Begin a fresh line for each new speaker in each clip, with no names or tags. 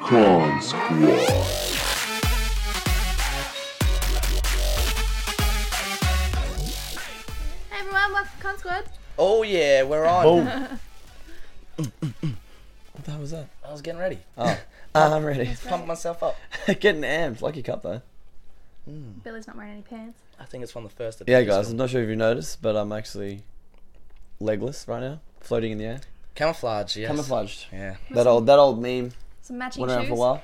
Con Squad.
Hey everyone, welcome to Con Squad.
Oh yeah, we're on.
Oh,
What the hell was that? I was getting ready.
oh. I'm ready.
Pump myself up.
Getting amped. Lucky cup though.
Billy's not wearing any pants.
I think it's from the first.
Yeah, guys. I'm not sure if you noticed, but I'm actually legless right now, floating in the air,
Camouflage. Yes.
camouflaged.
Yeah.
That old that old meme
Some matching
went around
shoes.
for a while.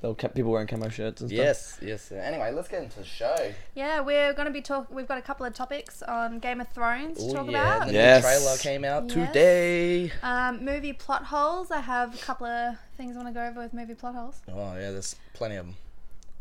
They'll kept people wearing camo shirts and stuff.
Yes. Yes. Anyway, let's get into the show.
Yeah, we're going to be talking. We've got a couple of topics on Game of Thrones to
Oh
talk
yeah. The
about.
Yes.
new trailer came out
Yes.
today.
Um, movie plot holes. I have a couple of things I want to go over with movie plot holes.
Oh yeah, there's plenty of them.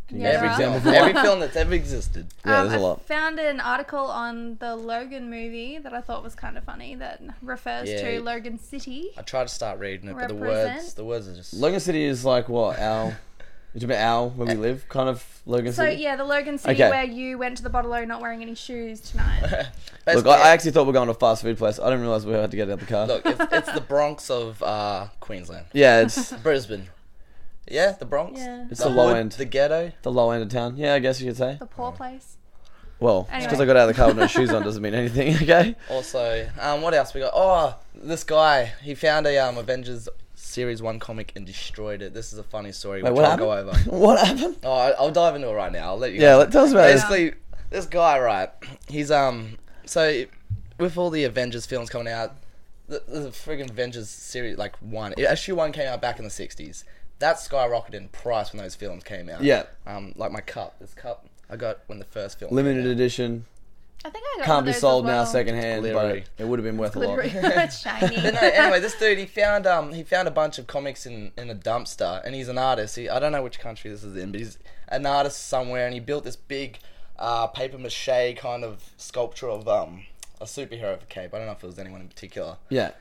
Can you
Yeah,
guys
there
Every
example
film,
for
every
one?
film that's ever existed.
Yeah,
um,
there's a
I
lot.
found an article on the Logan movie that I thought was kind of funny that refers
Yeah.
to Logan City.
I tried to start reading it, but the
Represent.
words, the words are just.
Logan City is like what our. It's about our where we live, kind of Logan
So,
City.
yeah, the Logan City
Okay.
where you went to the bottle not wearing any shoes tonight.
Look, I, I actually thought we were going to a fast food place. I didn't realize we had to get out the car.
look, it's, it's the Bronx of uh, Queensland,
Yeah, it's
Brisbane. Yeah, the Bronx.
Yeah.
It's
the
the low
hood,
end.
The ghetto.
the low end of town. Yeah, I guess you could say.
the poor place.
Well, just 'cause
Anyway.
because I got out of the car with no shoes on doesn't mean anything, okay?
Also, um, what else we got? Oh, this guy. He found a um, Avengers Series 1 comic and destroyed it. This is a funny story,
Wait,
which
what
I'll
happened?
go over.
what happened?
Oh, I- I'll dive into it right now. I'll let you
Yeah,
guys-
let, tell us about this.
Basically, this guy, right? He's, um, so with all the Avengers films coming out, the, the friggin' Avengers series, like, one, issue one came out back in the 60s. That skyrocketed in price when those films came out.
Yeah.
Um, like my cup. This cup I got when the first film.
Limited edition.
I think I got one of
Can't be
those as
sold now
well.
secondhand,
Glittery.
but it would have been worth a lot.
Glittery. It's shiny.
But no, anyway, this dude he found um he found a bunch of comics in in a dumpster, and he's an artist. He, I don't know which country this is in, but he's an artist somewhere, and he built this big uh, paper mache kind of sculpture of um a superhero of a cape. I don't know if it was anyone in particular.
Yeah.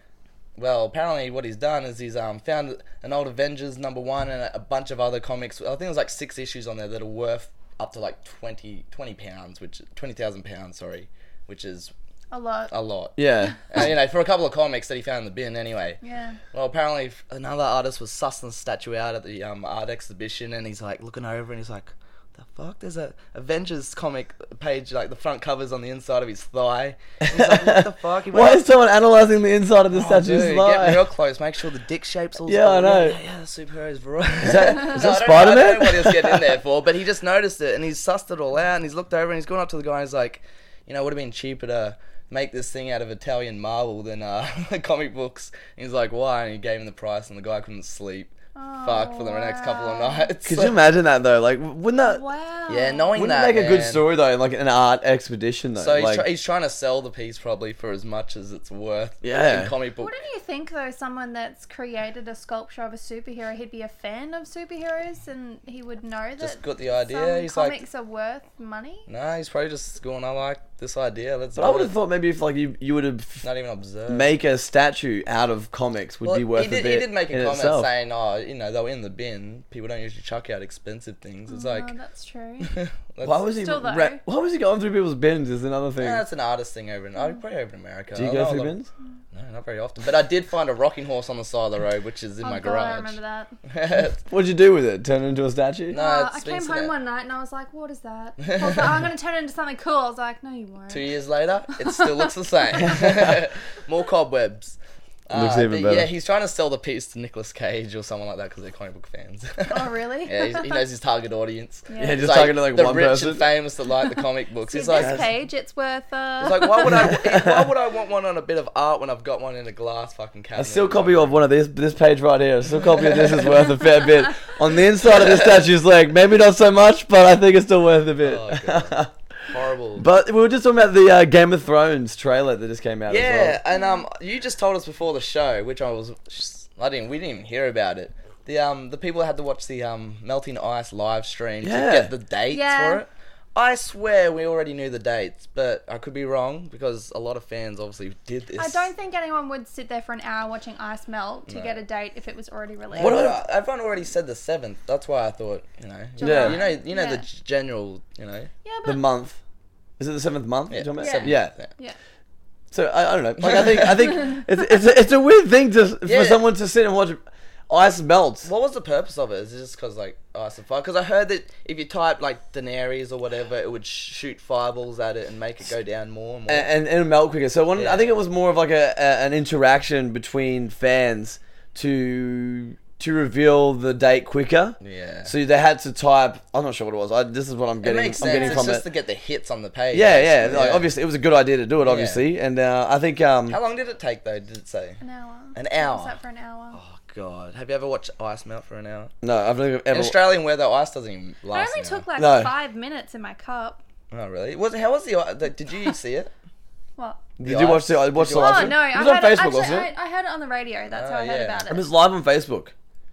Well, apparently what he's done is he's um found an old Avengers number one and a, a bunch of other comics. I think there's like six issues on there that are worth up to like 20, 20 pounds, which twenty thousand pounds, sorry, which is
a lot.
a lot.
Yeah.
Uh, you know, for a couple of comics that he found in the bin, anyway.
Yeah.
Well, apparently f- another artist was sussing the statue out at the um, art exhibition, and he's like looking over, and he's like, "The fuck? There's a Avengers comic page, like the front covers on the inside of his thigh." And he's like, "What the fuck?" He
Why
went,
is someone analysing the inside of the
"Oh,
statue's
dude, Get real
thigh?
close. Make sure the dick shapes all.
Yeah, I know.
Yeah, yeah, the superheroes variety. Is
that- is that
I don't know
Spider-Man?
what he was getting in there for, but he just noticed it, and he's sussed it all out, and he's looked over, and he's gone up to the guy, and he's like, "You know, it would have been cheaper to." Make this thing out of Italian marble than uh, comic books. And he's like, why? And he gave him the price, and the guy couldn't sleep. Fuck for the next couple
Oh,
of
wow.
nights.
Could you imagine that though? Like, wouldn't that
Wow.
Yeah, knowing
wouldn't
that
it make a good
man.
story though? Like an art expedition though.
So he's,
like,
try- he's trying to sell the piece probably for as much as it's worth.
Yeah.
in comic book.
Wouldn't you think though, someone that's created a sculpture of a superhero, he'd be a fan of superheroes and he would know that
Just got the idea,
some
he's like-
comics are worth money?
Nah, he's probably just going. I like this idea. Let's.
but I
do
would have
it."
thought maybe if like you you would have
not even observed.
make a statue out of comics would
Well,
be worth
he did,
a bit.
he did make a
in
comment
itself.
saying, "Oh, you know, they were in the bin. People don't usually chuck out expensive things." It's like,
oh, that's true.
let's-
Why was he
Still though.
ra- why was he going through people's bins? Is another thing.
Yeah, that's an artist thing over in oh, probably over in America.
Do you
I
go
know a
through
lot of-
bins?
No, not very often. But I did find a rocking horse on the side of the road, which is in
oh
my
god, I remember that.
garage.
What'd you do with it? Turn it into a statue?
No.
Oh,
it's
I
been
came
so
home
bad.
one night and I was like, "What is that?" I was like, oh, "I'm gonna turn it into something cool." I was like, "No, you won't."
Two years later, it still looks the same. More cobwebs. Uh,
Looks even
but
better.
Yeah, he's trying to sell the piece to Nicolas Cage or someone like that because they're comic book fans.
Oh, really?
yeah, he's, he knows his target audience.
Yeah,
just
It's
talking to, like,
the
one
rich
person.
and famous that like the comic books.
See,
he's
this
like,
page, it's worth. Uh...
he's like, why would I? Why would I want one on a bit of art when I've got one in a glass fucking cabinet?
A still copy of one of these this page right here. A still copy of this is worth a fair bit. On the inside of the statue's leg, maybe not so much, but I think it's still worth a bit.
Oh, God. horrible.
but we were just talking about the uh, Game of Thrones trailer that just came out.
yeah,
as
and um, you just told us before the show, which I was, I didn't, we didn't even hear about it. The um, the people had to watch the um, melting ice live stream
Yeah.
to get the dates
Yeah.
for it. I swear we already knew the dates, but I could be wrong because a lot of fans obviously did this.
I don't think anyone would sit there for an hour watching ice melt to
No.
get a date if it was already released.
What I, everyone already said the seventh. That's why I thought, you know,
Yeah.
you know, you know the
Yeah.
g- general, you know,
yeah,
well.
but
the month. Is it the seventh month? you're talking about?
seventh,
yeah.
yeah.
So I, I don't know. Like I think I think it's it's a, it's a weird thing to for
Yeah.
someone to sit and watch. ice melts.
What was the purpose of it? Is it just because like ice and fire? Because I heard that if you type like Daenerys or whatever, it would sh- shoot fireballs at it and make it go down more and more.
and, and it'll melt quicker. So one, I
Yeah.
think it was more of like a, a an interaction between fans to to reveal the date quicker.
Yeah.
So they had to type. I'm not sure what it was. I, this is what I'm
it
getting.
makes
I'm
sense.
getting
It's
from
just
it.
to get the hits on the page.
yeah, yeah.
basically,
Like obviously, it was a good idea to do it. Obviously, and uh, I think um,
How long did it take though? Did it say?
An hour.
An
What
hour.
Was that for an hour?
Oh god, have you ever watched ice melt for an hour?
no, I've never
In
ever.
Australian weather, ice doesn't even
It
last.
only
an
took like
No.
five minutes in my cup.
hour. Oh really? Was how was the? i- the- Did you see it?
What?
Did you watch the? I watched
Did
the
you watch
live
Oh
stream.
no! I
it was
heard
on Facebook,
actually,
wasn't it?
I, I heard it on the radio. That's how
Oh,
I heard
yeah.
about it.
It was live on Facebook.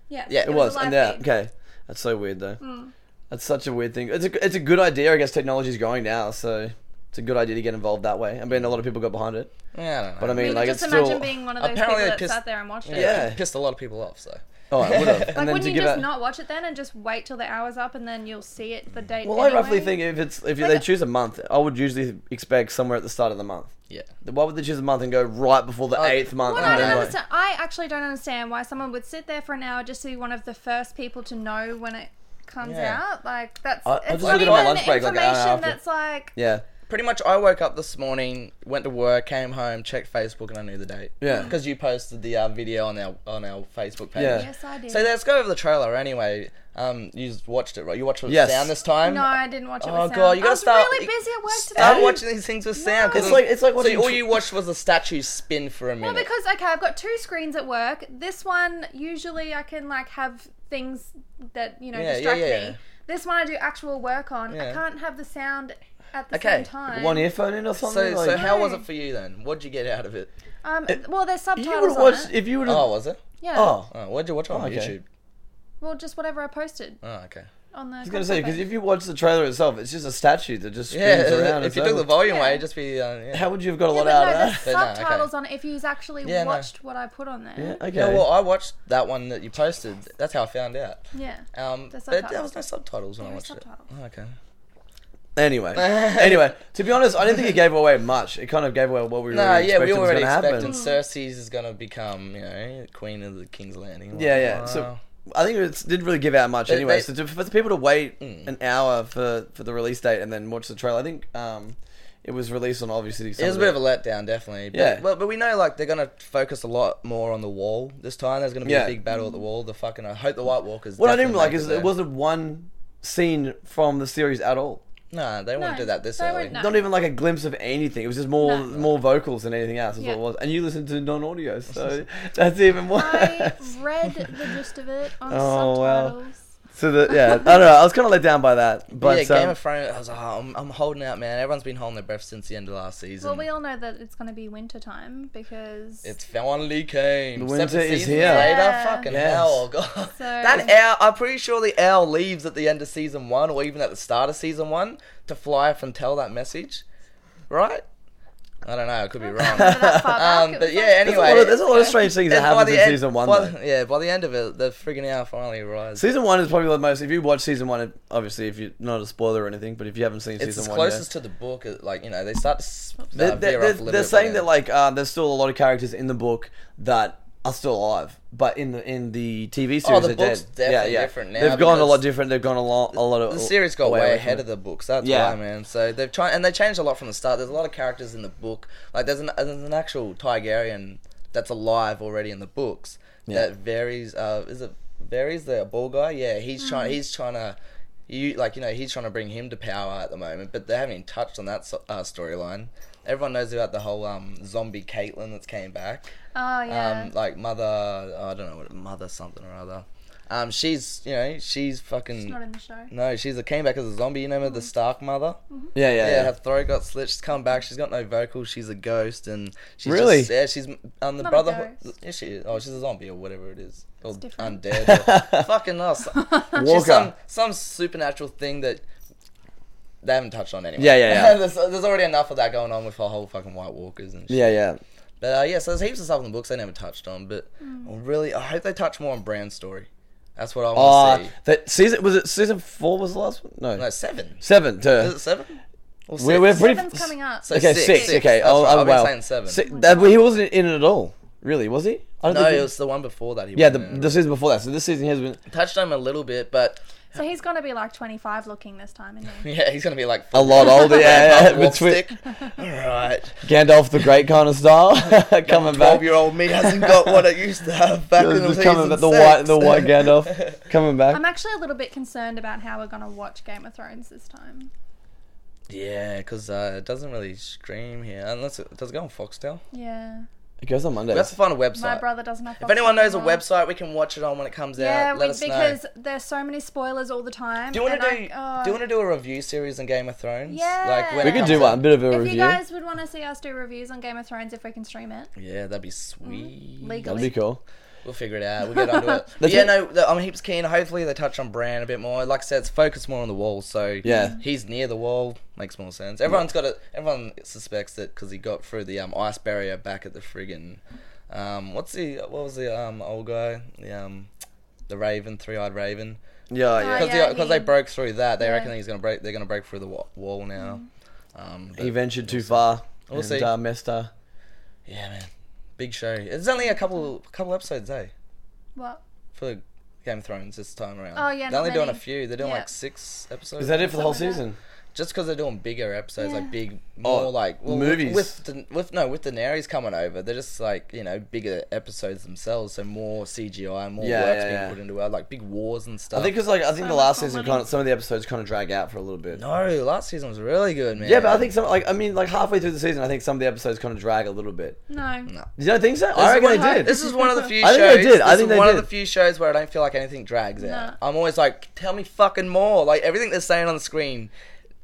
yeah,
yeah, it
It was,
a live Hmm.
and yeah,
feed.
okay. That's so weird though. That's such a weird thing. It's a it's a good idea, I guess. Technology's going now, so it's a good idea to get involved that way. I mean, a lot of people got behind it,
Yeah, I don't know.
but I mean,
I mean,
like
just
it's
imagine
still.
being one of those
Apparently
people
it
that
pissed-
sat there and watched it.
Yeah.
it pissed a lot of people off. So
oh, I would have. And
Like,
then
wouldn't
to
you
give
just
it.
not watch it then and just wait till the hour's up and then you'll see it the date?
well, I
anyway?
roughly think if it's if they
Like-
choose a month, I would usually expect somewhere at the start of the month.
yeah,
Why would they choose a month and go right before the
Oh,
eighth month?
Well,
and
I don't
then, like-
understand. I actually don't understand why someone would sit there for an hour just to be one of the first people to know when it comes
Yeah.
out. Like that's
I- I
it's not
just look at it
even
on my lunch break, like, an hour
information
after.
that's like
Yeah,
pretty much. I woke up this morning, went to work, came home, checked Facebook, and I knew the date.
Yeah.
because you posted the uh, video on our on our Facebook page.
Yeah.
yes, I did.
So let's go over the trailer anyway. Um, you just watched it, right? You watched it with
Yes.
sound this time.
no, I didn't watch it.
Oh
with sound.
god, you
I
gotta
was
start.
really busy at work today.
Start watching these things with sound. 'cause
It's like- it's like watching
so all
tr-
you watched was the statue spin for a
Well,
minute.
because okay, I've got two screens at work. This one usually I can like have things that you know
Yeah, yeah,
distract
yeah.
me. This one I do actual work on. I
Yeah.
can't have the sound at the
Okay.
same time.
one earphone in or something.
so
like,
so how was
No.
it for you then? What'd you get out of it?
Um, well, there's
you
subtitles
would
on
watch
it.
if you would.
Oh,
Oh,
was it?
Yeah.
oh.
Oh, what'd you watch on
Oh, okay.
YouTube?
Well, just whatever I posted
Oh, okay.
on the.
I was gonna say because if you watch the trailer itself, it's just a statue that just spins
Yeah,
around.
if you
and
took
so-
the volume
Yeah.
away, it'd just be uh, yeah.
how would you have got a
yeah,
lot
but
out
no,
of that?
there's
But no, uh, okay.
subtitles on it if you've actually
Yeah, no.
watched what I put on there.
Yeah, okay.
Yeah, well, I watched that one that you posted. That's how I found out.
Yeah.
Um,
The
but there
subtitles.
was no subtitles when I
There were
watched it.
subtitles.
Oh, okay.
Anyway, anyway, to be honest, I didn't think it gave away much. It kind of gave away what we were
No,
really
yeah, we
expecting
were
was
already
going to happen.
expecting Cersei's is gonna become, you know, queen of the King's Landing. Like, uh,
Yeah, yeah. So
wow.
I think it didn't really give out much
They-
anyway.
they-
so to, for the people to wait
Hmm.
an hour for, for the release date and then watch the trailer, I think um, it was released on obviously. some
It was a bit of a letdown, definitely. But,
Yeah.
Well, but we know like they're gonna focus a lot more on the wall this time. There's gonna be
Yeah.
a big battle at the wall. The fucking I hope the White Walkers.
What I didn't
definitely
like
make
is
there.
it wasn't one scene from the series at all.
No, they wouldn't
No,
do that this
they
early.
wouldn't, no.
Not even like a glimpse of anything. It was just more
No.
more vocals than anything else. Is
Yeah.
what it was. And you listened to non audio, so that's even worse.
I read the gist of it on
Oh, wow.
subtitles.
so that yeah, I don't know. I was kind of let down by that. But
yeah, Game
um,
of Thrones. I was like, oh, I'm, I'm holding out, man. Everyone's been holding their breath since the end of last season.
Well, we all know that it's going to be winter time because
It's finally came.
The winter
Seven
is
seasons
here.
Later,
Yeah.
fucking
Yes.
hell, oh god.
So-
that owl. I'm pretty sure the owl leaves at the end of season one, or even at the start of season one, to fly off and tell that message, right? I don't know. I could be wrong.
Remember that far back?
um,
It
but
was
yeah.
like-
there's, a
Anyway,
lot of, there's a lot of strange things that
and by
happens
the
in
end-
season one.
by
though.
the- yeah, by the end of it, the friggin' owl finally arrives.
Season one is probably the most. If you watch season one, it- obviously, if you're not a spoiler or anything, but if you haven't seen
it's
season
as
one,
close
yet-
as to the book. it- Like you know, they start to. s- Uh, veer off
they're, they're,
a
they're,
little
they're
bit by
saying
the
that
end.
like uh, there's still a lot of characters in the book that are still alive, but in the in the TV series,
Oh, the
they're
book's
dead. Yeah,
definitely
yeah.
different now
They've gone a lot
because
different. They've gone a lot, a lot of
The series got
away
way,
away from
ahead
it.
of the books. That's
Yeah.
why, man. So they've tried and they changed a lot from the start. There's a lot of characters in the book. Like there's an there's an actual Tigerian that's alive already in the books.
Yeah.
That varies. Uh, is it varies the ball guy? Yeah,
Mm.
he's trying. He's trying to. You like you know he's trying to bring him to power at the moment, but they haven't even touched on that so, uh, storyline. Everyone knows about the whole um, zombie Caitlyn that's came back
oh yeah.
um, like mother, I don't know what mother something or other. Um, she's you know she's fucking.
not in the show.
No, she's a, came back as a zombie. You remember the
Mm.
Stark mother?
Yeah, yeah,
Yeah,
yeah.
her throat got slit. She's come back. She's got no vocals. She's a ghost, and she's
Really?
just, yeah, she's on the
Not a
brotherhood.
ghost.
Is she? Oh, she's a zombie or whatever it is, or
different.
undead. Or, fucking us.
Walker.
She's some, some supernatural thing that they haven't touched on anyway.
Yeah, yeah, yeah.
there's, there's already enough of that going on with her whole fucking White Walkers and shit.
yeah, yeah.
But uh, yeah, so there's heaps of stuff in the books they never touched on, but
Mm.
I really, I hope they touch more on Brand's story. That's what I want to
Uh,
see.
that season was it season four was the last one? No,
No, seven.
seven. duh.
Is it seven? Or
We're- we're pretty-
Seven's coming up.
So-
okay,
six,
six.
six.
Okay,
That's
oh,
right,
oh,
I've been
wow.
saying seven.
Si- that, he wasn't in it at all, really, was he? I don't
No,
think he-
it was the one before that. He
yeah, the,
won it.
the season before that. So this season he has been.
touched on him a little bit, but
So he's gonna be like 25 looking this time, isn't he?
yeah, he's gonna be like
A lot older, yeah. yeah,
walk
between
stick. All right,
Gandalf the Great kind of style coming back.
Twelve-year-old me hasn't got what it used to have back in the
Just coming
season
back, the
six.
white, the white Gandalf coming back.
I'm actually a little bit concerned about how we're gonna watch Game of Thrones this time.
Yeah, because uh, it doesn't really stream here unless it does it go on Foxtel.
Yeah,
It goes on Monday.
We have to find a
my
website.
brother doesn't have.
if anyone knows a website, we can watch it on when it comes
yeah,
out. Let
we,
us know.
because there's so many spoilers all the time.
Do you
and
want to do?
I- oh.
do you want to do a review series on Game of Thrones?
Yeah.
when
We
it
could
comes
do
out?
one, a bit of a
If
review.
you guys would want to see us do reviews on Game of Thrones, if we can stream it
Yeah, that'd be sweet.
legally,
That'd be cool.
We'll figure it out. We'll get onto it. But
That's
yeah,
it.
no, the, I'm heaps keen. Hopefully they touch on brand a bit more. Like I said, it's focused more on the wall. So
Yeah.
he's near the wall. Makes more sense. Everyone's got it. Everyone suspects it because he got through the um, ice barrier back at the friggin' um, what's the what was the um, old guy the um, the Raven three eyed Raven
Yeah,
yeah.
because
Oh, yeah,
they
he-
broke through that they
Yeah.
reckon he's gonna break they're gonna break through the wa- wall now.
Mm-hmm.
Um, but-
He ventured too far.
We'll
and,
see.
Uh, messed her.
yeah, man, big show. It's only a couple couple episodes, eh?
what?
for Game of Thrones this time around.
Oh, yeah,
they're
not
only doing a
many.
few. They're doing
Yeah.
like six episodes.
Is that it for the whole
Something like that.
season?
Just because they're doing bigger episodes,
Yeah.
like big,
Oh,
more like well, with-
movies.
with Da- with no with Daenerys coming over. They're just like you know bigger episodes themselves, so more CGI, more
Yeah,
work's
yeah,
being
yeah.
put into it, like big wars and
I
stuff.
think because like I think the
So
last
much
season,
money.
kind of, some of the episodes kind of drag out for a little bit.
no, last season was really good, man.
Yeah, but I think some like I mean like halfway through the season, I think some of the episodes kind of drag a little bit.
No.
You don't think so?
This
I
is
reckon
one-
they did.
This is one of the few
I
shows.
think they did. I
this
think
is
they
one of
did.
the few shows where I don't feel like anything drags out.
No.
I'm always like, tell me fucking more. Like everything they're saying on the screen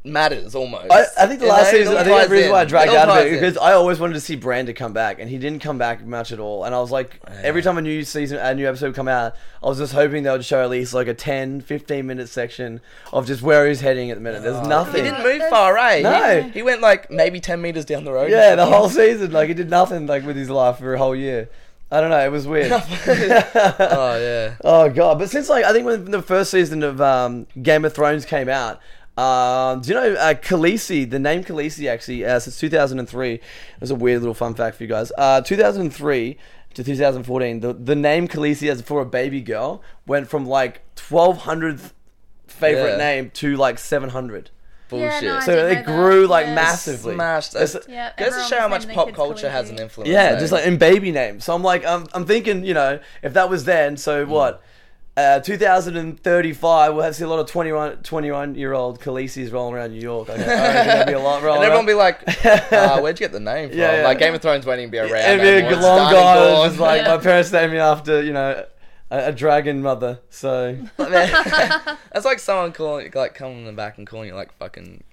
matters almost.
I, I think the
You
last
know? It
season,
all
I think
ties
the reason why I
in.
dragged
It all
out of it
ties in.
because I always wanted to see Bran to come back, and he didn't come back much at all. And I was like, every time a new season, a new episode would come out, I was just hoping they would show at least like a 10, 15 minute section of just where he's heading at the minute. There's
He
nothing.
didn't move far, right?
No.
He, he went like maybe 10 meters down the road.
Yeah, the whole season, like he did nothing like with his life for a whole year. I don't know, it was weird.
Oh, yeah.
Oh god! But since like I think when the first season of um, Game of Thrones came out, um, do you know uh, Khaleesi? The name Khaleesi actually uh, since 2003. It was a weird little fun fact for you guys. Uh, 2003 to 2014, the the name Khaleesi as for a baby girl went from like 1200th
Yeah.
favorite name to like 700.
Bullshit.
no, I
so
So
did know
it
that.
grew like
Yeah.
massively.
smashed.
It's-
That's-
Yeah,
Goes to
everyone
show how
was
much
naming
pop
their kids
culture has an
Khaleesi.
influence.
Yeah,
eh?
just like in baby names. So I'm like, I'm, I'm thinking, you know, if that was then, so
Mm.
what? Uh, 2035, we'll have to see a lot of 21, 21 year old Khaleesi's rolling around New York. Okay, all right, that'd be a lot rolling
And everyone
around.
be like, uh, where'd you get the name from?
Yeah, yeah.
Like, Game of Thrones won't even be around.
It'd
no
be
more.
a
It's
long
starting
gone.
gone.
It's like,
Yeah.
my parents named me after, you know, a, a dragon mother. So,
That's like someone calling, like coming in the back and calling you like fucking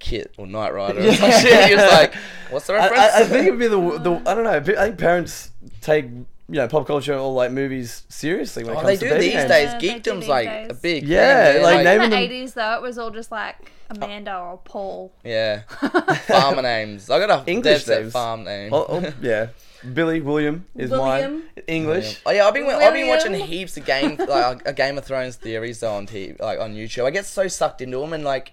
Kit or Knight Rider or some shit. You're just like, what's the
I,
reference?
I, I think it'd be the, the, I don't know, I think parents take, you know, pop culture or like movies seriously when it
Oh,
comes
they
to
do
baby
these
names.
days.
Yeah, they do
Geekdom's
these
like
days.
a big thing,
Yeah,
man.
like, name-
In the
Even-
80s though, it was all just like Amanda or Paul.
yeah, farmer names. I got a English
English names.
farm name.
Oh, oh, yeah. Billy, William is
William.
mine. English.
Oh yeah, I've been I've been watching
William.
heaps of game like uh, Game of Thrones theories though on TV, like on YouTube. I get so sucked into them and like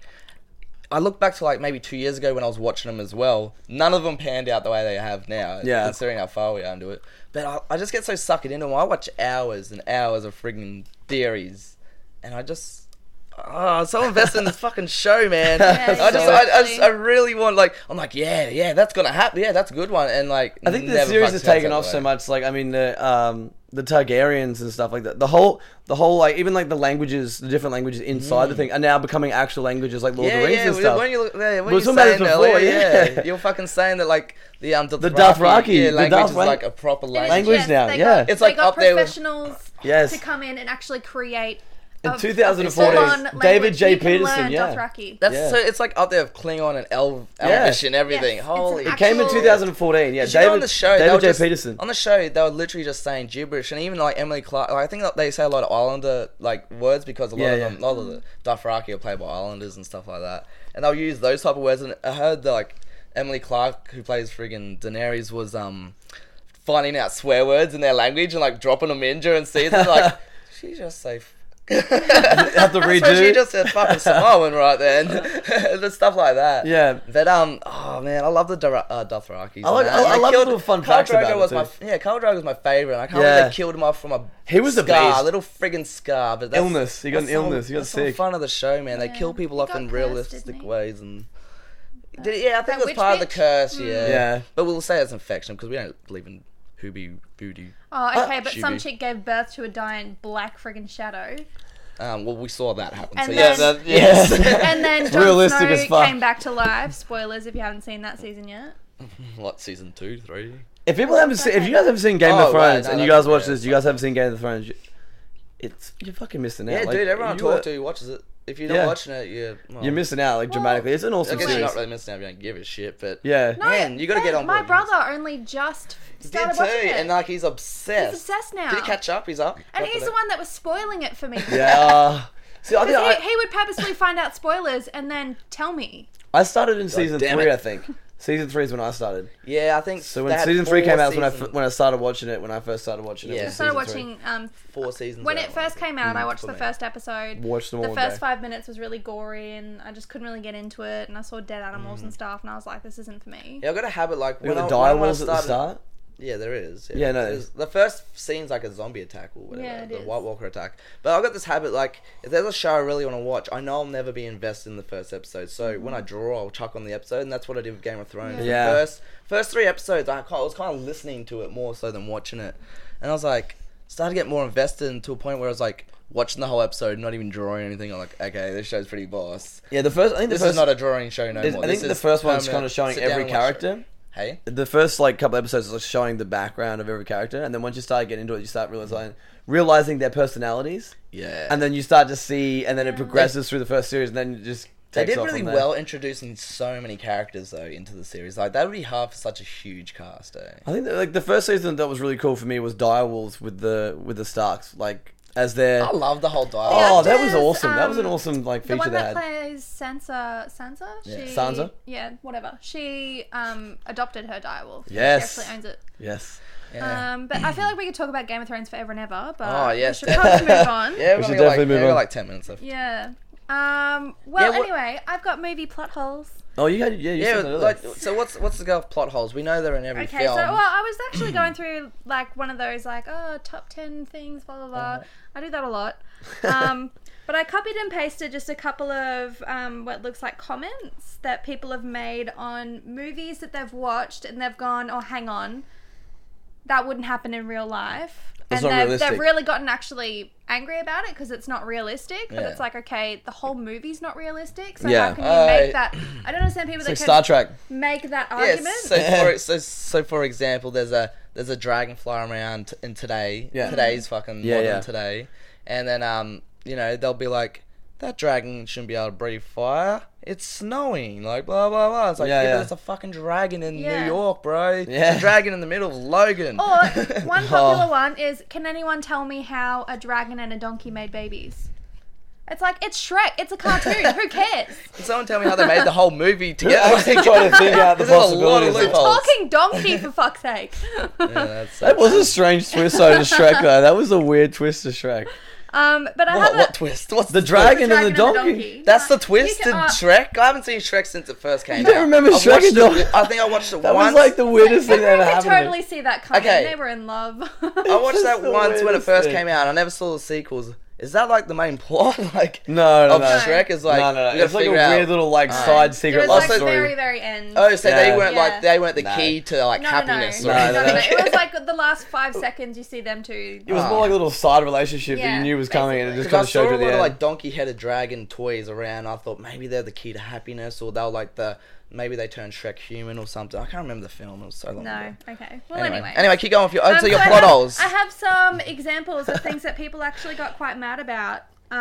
I look back to like maybe two years ago when I was watching them as well. None of them panned out the way they have now.
Yeah.
considering how far we are into it. But I, I just get so sucked into them. I watch hours and hours of frigging theories, and I just. Oh, I'm so invested in this fucking show, man. I just, I, I just, I really want like, I'm like, yeah, yeah, that's gonna happen. Yeah, that's a good one. And like,
I think the series has taken off so
much.
much. Like, I mean, the um, the Targaryens and stuff like that. The whole, the whole, like, even like the languages, the different languages inside
Mm.
the thing are now becoming actual languages, like Lord of the Rings and
we-
stuff.
When you look, yeah, when
We were
you
talking about
saying
this
earlier,
before,
yeah.
yeah.
you're fucking saying that like the um, Dothraki,
Dothraki,
yeah,
the
language is
Dothra-
like a proper language.
Language now,
they
yeah.
Got,
It's
they
like
got
up there with-
professionals
Yes.
to come in and actually create.
In
a- a
2014,
full-on
David
language.
J.
You can
Peterson,
learn
yeah.
Dothraki.
That's
Yeah.
so it's like up there with Klingon and Elv,
Yeah.
Elvish and everything.
Yes, it's an
Holy,
actual-
Came in 2014. Yeah,
Did you know
David,
on the show, they
David
were
J.
just-
Peterson.
On the show, they were literally just saying gibberish, and even like Emily Clark. Like, I think that they say a lot of Islander like words because a lot
Yeah,
of
yeah.
them, a lot of the Dothraki are played by Islanders and stuff like that, and they'll use those type of words. And I heard that like Emily Clark, who plays friggin' Daenerys, was um finding out swear words in their language and like dropping them in during season. like she just say.
have to
That's what she
redo.
just said fucking Samoan right then. the stuff like that.
Yeah.
But um, oh man, I love the Dora- uh, Dothrakis.
I like-
man.
I- I
They
love
killed-
little fun
Khal
facts about
Drogo
it
was
too.
my f- yeah. Khal Drogo was my favorite. I can't
Yeah.
believe they killed him off from a
He was a
scar,
beast.
little friggin' scar. But that's,
Illness. He got an
that's all-
illness. He got
that's
sick.
All fun of the show, man. They
Yeah.
kill people
He
off
got
in
cursed,
realistic
didn't he? Mm.
ways and. Did- yeah, I think
that
it was
witch Mm.
part of the
bitch?
curse. Yeah.
Yeah.
But we'll say it's infection because we don't believe in hoobie voodoo.
Oh, okay, but
Ah, She
some
be-
chick gave birth to a giant black friggin' shadow.
Um, well, we saw that happen.
And
so
then-
yes.
that- yes.
And then Jon
Realistic
Snow
as fuck.
came back to life. Spoilers if you haven't seen that season yet.
what season two, three?
If people haven't seen, if you guys haven't seen Game
Oh,
of
right,
Thrones
no,
and you
that's-
guys watch
yeah.
this, you guys haven't seen Game of Thrones. You, it's you're fucking missing out.
Yeah,
Like,
dude, everyone I
you
talk
are-
to watches it. If you're not
Yeah.
watching it, you're well,
You're missing out like dramatically. It's an
I
awesome
guess you're
series.
not really missing out. if You don't give a shit, but
Yeah.
No,
Man, you gotta get on
My
board with this.
brother only just
he did
started
too,
watching it.
and like he's obsessed.
He's obsessed now.
Did he catch up? He's up.
and
Up
he's
to
the one that was spoiling it for me.
Oh, Yeah. See, I think
Because he,
I,
he would purposely find out spoilers and then tell me.
I started in season
damn
three.
it.
I think season three is when I started.
Yeah, I think
So
they
when
had
season three
four
came out, is when I
seasons-
f- when I started watching it. When I first started watching it,
Yeah.
yeah.
I
Started watching um,
four seasons.
when
out,
it first came out. I watched
for
the
me.
first episode.
Watched them
the
all
first
day.
five minutes was really gory, and I just couldn't really get into it. And I saw dead animals and stuff, and I was like, "This isn't for me."
Yeah, I got a habit like
There
when
were
I,
the
when I
dire wolves at the
started-
start.
Yeah, there is.
Yeah, no,
There's- The first scene's like a zombie attack or whatever,
Yeah, it
the
is.
White Walker attack. But I've got this habit like, if there's a show I really want to watch, I know I'll never be invested in the first episode. So when I
Mm.
draw, I'll chuck on the episode, and that's what I did with Game of Thrones. The
Yeah.
first, first three episodes, I, ki- I was kind of listening to it more so than watching it. And I was like, started to get more invested into a point where I was like, watching the whole episode, not even drawing anything. I'm like, okay, this show's pretty boss.
Yeah, the first. I think the
This
first.
is not a drawing show no
is-
more.
I think
This
the
is
first one's
permanent
kind of showing
sit down
every
and watch it.
character.
Hey?
The first like couple episodes is like showing the background of every character, and then once you start getting into it, you start realizing realizing their personalities,
Yeah.
and then you start to see, and then it progresses through the first series, and then you just.
They
takes
did
off
really
from there.
well introducing so many characters though into the series. Like that would be hard for such a huge cast. Eh?
I think that, like the first season that was really cool for me was Direwolves with the with the Starks, like as their.
I love the whole dialogue.
Oh, that was
actors,
awesome! that was an
um,
awesome like
The
feature
one
they
that
had.
plays Sansa, Sansa, she,
Sansa?
yeah, whatever. She um, adopted her direwolf.
Yes.
she actually owns it.
Yes.
Yeah.
Um, but I feel like we could talk about Game of Thrones forever and ever. But
Oh, yes.
we should probably move on.
yeah, we
should
should
definitely
like,
move
yeah, we got
on.
like ten minutes left. Yeah,
Yeah. Um, well,
Yeah, wha-
anyway, I've got movie plot holes.
Oh, you had yeah, you said that earlier.
like
um,
so what's what's the go of plot holes? We know they're in every
Okay,
film.
so well, I was actually going through like one of those like oh top ten things, blah blah blah. I do that a lot. Um, but I copied and pasted just a couple of um, what looks like comments that people have made on movies that they've watched and they've gone, oh hang on, that wouldn't happen in real life.
That's
and
not
they've,
realistic.
they've really gotten actually angry about it because it's not realistic. But
Yeah.
it's like, okay, the whole movie's not realistic. So
Yeah.
how can you
Uh,
make that? I don't understand people
like
that
Star
can
Trek.
make that
Yes,
argument.
so for so so for example, there's a there's a dragon flying around t- in today
Yeah.
today's fucking
Yeah,
modern
yeah.
today, and then um you know they'll be like that dragon shouldn't be able to breathe fire. It's snowing, like blah blah blah. It's like
Yeah,
yeah,
yeah.
but it's a fucking dragon in
Yeah. Oh,
New York, bro.
Yeah.
Yeah, dragon in the middle of Logan.
Or one popular one is, can anyone tell me how a dragon and a donkey made babies? It's like it's Shrek. It's a cartoon. Who cares?
Can someone tell me how they made the whole movie
Yeah,
together?
actually trying to figure out the
There's a lot of
possibilities.
loopholes.
Talking donkey for fuck's sake.
Yeah, that's-
That was a strange twist though, to Shrek though. That was a weird twist to Shrek.
um, but I
what,
have
what
a
twist? What's
The
twist?
dragon, and the donkey.
That's the
Like, you
twist
can-
in
uh,
Shrek. I haven't seen Shrek since it first came
You don't
out.
remember
I've
Shrek
watched
and
it-
Donkey?
I think I watched it
That
once.
was like the weirdest thing that
Everyone
ever
could
happened. to me.
totally see that coming.
Okay.
They were in love.
I watched
It's
that
the
once when it
weirdest
first
thing.
came out. I never saw the sequels. Is that like the main plot? like
No, no,
of
no.
Shrek is like
no, no,
you
no.
gotta
It's like a
figure out-
weird little like side
it
secret
was
love
like the
story.
very, very end.
Oh, so they
Yeah.
weren't
Yeah.
like they weren't the
No.
key to like
no, no, no.
happiness.
No,
or
no,
anything.
no,
no.
no. It was like the last five seconds you see them two.
It was more like a little side relationship that you
Yeah,
knew was coming, and it just
Because I
kind of
saw
showed
a
you
lot
the
of
end.
like donkey-headed dragon toys around. I thought maybe they're the key to happiness, or they're like the maybe they turn Shrek human or something. I can't remember the film. It was so long.
No.
ago.
Okay. Well, anyway.
anyway, keep going with your. Oh,
Um,
so your
I
plot
have-
holes.
I have some examples of things that people actually got quite mad about
Mm-hmm.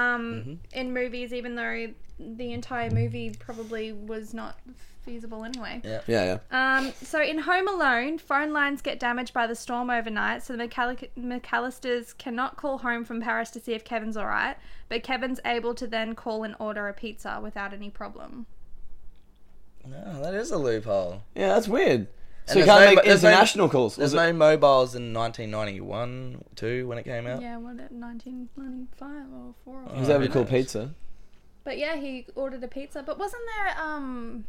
um, in movies, even though the entire movie probably was not feasible anyway.
Yeah.
yeah, yeah.
Um, so in Home Alone, phone lines get damaged by the storm overnight, so the McCall- McAllisters cannot call home from Paris to see if Kevin's all right, but Kevin's able to then call and order a pizza without any problem.
No, Oh, that is a loophole.
Yeah, that's weird. So
there's
you can't make
mo- there's
international calls.
There's
Was it-
no mobiles in 1991, two when it came out.
Yeah, what at 1995 or 4
He was
Oh,
able to
who
call
knows?
pizza.
But yeah, he ordered a pizza. But wasn't there um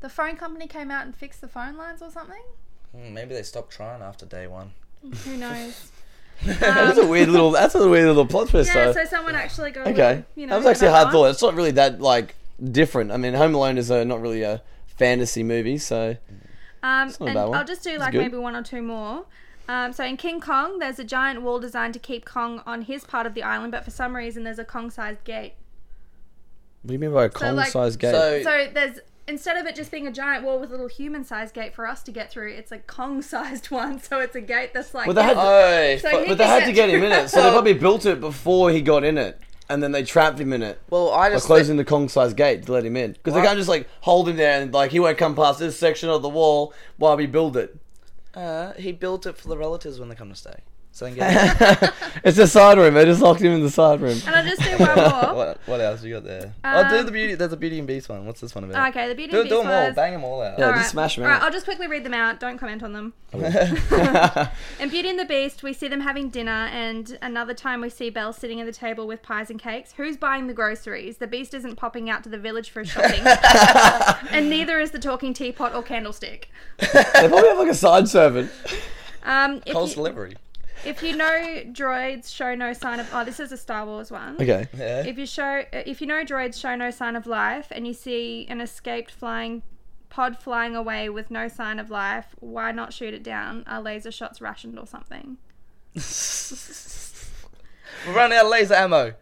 the phone company came out and fixed the phone lines or something?
Hmm, Maybe they stopped trying after day one.
Who knows? Um,
That's a weird little. That's a weird little plot twist.
Yeah,
though.
so someone actually got a
Okay,
little, you know,
that was actually a
about
hard thought. It's not really that like different. I mean, Home Alone is uh not really a fantasy movie, so
Um,
not a
and
bad one.
I'll just do like
good.
maybe one or two more. Um, so in King Kong, there's a giant wall designed to keep Kong on his part of the island, but for some reason there's a Kong-sized gate.
what do you mean by a
So, like-
Kong-sized gate?
So,
So there's instead of it just being a giant wall with a little human-sized gate for us to get through, it's a Kong-sized one. So it's a gate that's like
Well, they had-
oh,
So
but-
he-
but they had to get him in it, so they
Well-
probably built it before he got in it, and then they trapped him in it.
well, I
By
just
closing the Kong-sized gate to let him in, because they
Why-
can't just like hold him there and like he won't come past this section of the wall while we build it.
uh, he built it for the relatives when they come to stay. So they can get
It's a side room. They just locked him in the side room.
And I'll just do one more.
what, what else you got there? oh, do
Oh. Um,
the beauty. There's a Beauty and Beast one. What's this one about?
Okay, the Beauty
Do,
and the
do
Beast
them all.
was.
Bang them all out.
Yeah,
Alright.
just smash them
Alright,
out.
I'll just quickly read them out. Don't comment on them. In Beauty and the Beast, we see them having dinner, and another time we see Belle sitting at the table with pies and cakes. Who's buying the groceries? The Beast isn't popping out to the village for shopping, and neither is the talking teapot or candlestick.
they probably have like a side servant.
Um, if,
Cole's
you,
delivery.
if you know droids show no sign of oh, this is a Star Wars one.
Okay.
Yeah.
If you show, if you know droids show no sign of life, and you see an escaped flying pod flying away with no sign of life, why not shoot it down? Are laser shots rationed or something?
We're running out of laser ammo.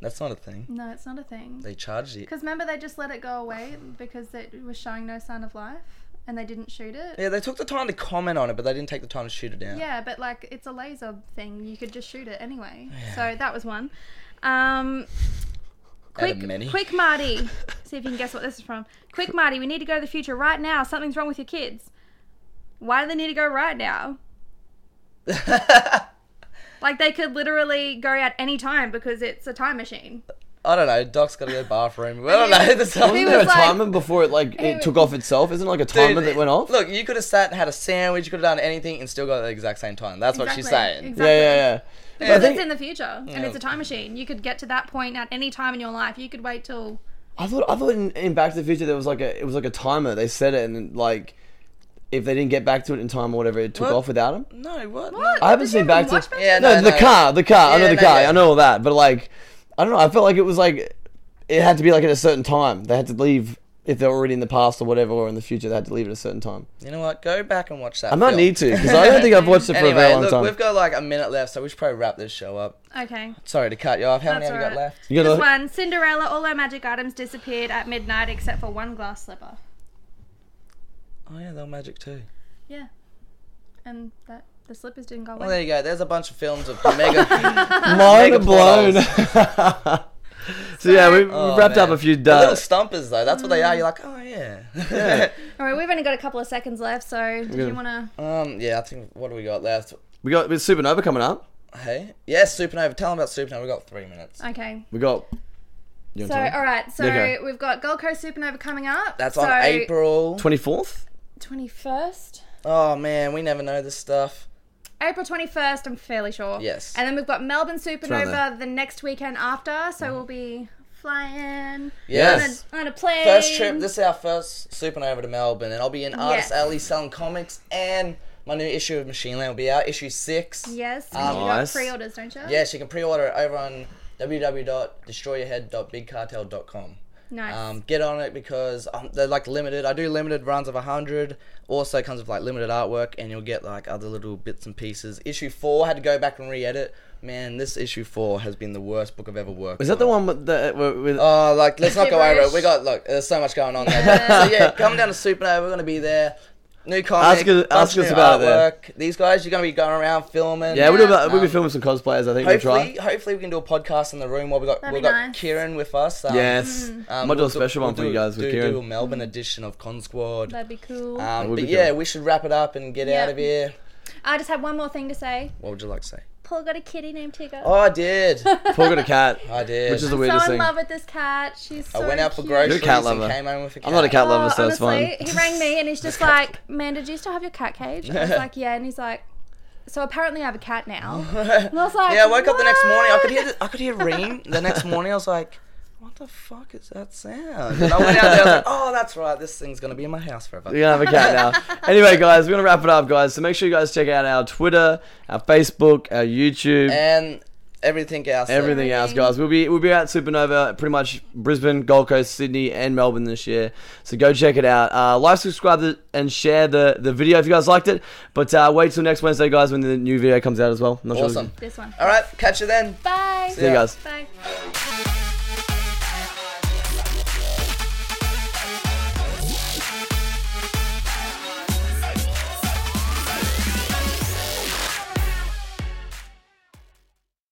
That's not a thing.
No, it's not a thing.
They charged it.
Because remember, they just let it go away because it was showing no sign of life, and they didn't shoot it.
Yeah, they took the time to comment on it, but they didn't take the time to shoot it down.
Yeah, but like it's a laser thing. You could just shoot it anyway. So that was one. Um,
Out of
quick,
many.
quick, Marty. See if you can guess what this is from. Quick, Marty. We need to go to the future right now. Something's wrong with your kids. Why do they need to go right now? Like they could literally go at any time because it's a time machine.
I don't know. Doc's got to go bathroom. I don't know. This
He
Wasn't there a
was like-
timer before it like it
was-
took off itself? Isn't it like a timer that went off?
Look, you could have sat and had a sandwich. You could have done anything and still got the exact same time. That's what she's
Exactly.
saying.
Exactly.
yeah, yeah, yeah. I
Because
think
it's in the future and it's a time machine. You could get to that point at any time in your life. You could wait till
I thought I thought in, in Back to the Future there was like a it was like a timer. They set it and then, like if they didn't get back to it in time or whatever, it took
What?
off without them.
No, what?
what?
I
Did
haven't
you
seen
even
Back to-
watch
Yeah,
No,
no,
the
no.
car, the car. I know
Yeah,
the
no,
car.
yeah.
I know all that, but like I don't know. I felt like it was like it had to be like at a certain time. They had to leave if they're already in the past or whatever or in the future. They had to leave at a certain time.
You know what? Go back and watch that.
I might
film.
need to because I don't think I've watched it for a very
Anyway,
long
look,
time.
we've got like a minute left, so we should probably wrap this show up.
Okay.
Sorry to cut you off. How
That's
many have you got
alright.
left?
You got
This
a-
one, Cinderella, all her magic items disappeared at midnight except for one glass slipper.
Oh yeah, they were magic too.
Yeah. And that the slippers didn't go
Well,
away.
there you go. There's a bunch of films of mega.
Mind
Mega
blown. so yeah, we, we
Oh,
wrapped up
man.
a few.
They're little
Uh,
stumpers though. That's what they are. You're
Mm.
like, oh yeah.
yeah.
All right, we've only got a couple of seconds left, so did
gonna-
you want to?
um. Yeah. I think. What do we got left?
we got with Supernova coming up.
Hey. Yes. Supernova. Tell them about Supernova. We got three minutes.
Okay.
We got. You
So, all right. So
Okay.
we've got Gold Coast Supernova coming up.
That's
so
on April.
Twenty fourth.
21st.
Oh man, we never know this stuff.
April 21st, I'm fairly sure.
Yes.
And then we've got Melbourne
around there.
Supernova the next weekend after, so we'll be flying
Mm-hmm. Yes.
on, a, on a plane.
First trip. This is our first Supernova to Melbourne, and I'll be in Artist
Yeah.
Alley selling comics, and my new issue of Machine Land will be out, issue six.
Yes,
Um,
you
Nice.
got pre-orders, don't you?
Yes, you can pre-order it over on www.destroyyourhead.bigcartel.com.
Nice.
Um, get on it because um, they're like limited. I do limited runs of 100. Also comes with like limited artwork, and you'll get like other little bits and pieces. Issue four I had to go back and re-edit. Man, this issue four has been the worst book I've ever worked.
Is that
on.
the one with the uh, with, with
Oh, like let's not go over it.
Gibberish.
We got look. There's so much going on there. so yeah, come down to Supernova. We're gonna be there. New comic.
Ask us-
bunch of
ask us
new
about it there.
artwork. These guys, you're gonna be going around filming.
yeah? We'll, do about, we'll be
Um,
filming some cosplayers. I think we'll
Hopefully,
try.
hopefully we can do a podcast in the room while we got
That'd
we
be
got
nice.
Kieran with us. Um,
Yes.
um,
Might do
we'll
a special
we'll
one for you
do-
guys with
do-
Kieran.
Do a Melbourne edition of Con Squad.
That'd be cool.
That
Um,
would
but
be
yeah,
cool.
we should wrap it up and get
Yeah.
out of here.
I just had one more thing to say.
What would you like to say?
Paul got a kitty named Tigger.
Oh, I did.
Paul got a cat,
I did.
which is the
I'm
weirdest
so in
thing.
love with this cat. She's so
I went out for
cute.
groceries
You're a cat lover.
and came home with a cat.
I'm not a cat lover,
Oh,
so it's fine.
honestly, he rang me and he's just like, "Man, did you still have your cat cage?" I was like, "Yeah," and he's like, "So apparently I have a cat now." And I was like,
yeah, I woke up the next morning. I could
"What?"
hear the, I could hear ringing. The next morning, I was like, "What the fuck is that sound?" And I went out there. I was like, "Oh, that's right. This thing's gonna be in my house forever."
We're gonna have a cat now. anyway, guys, we're gonna wrap it up, guys. So make sure you guys check out our Twitter, our Facebook, our YouTube,
And everything else. that-
everything else, guys. We'll be we'll be at Supernova pretty much Brisbane, Gold Coast, Sydney, and Melbourne this year. So go check it out. Uh, like, subscribe, the, and share the the video if you guys liked it. But uh, wait till next Wednesday, guys, when the new video comes out as well. I'm not sure-
Awesome.
This one.
All right, catch you then.
Bye.
See you guys.
Bye.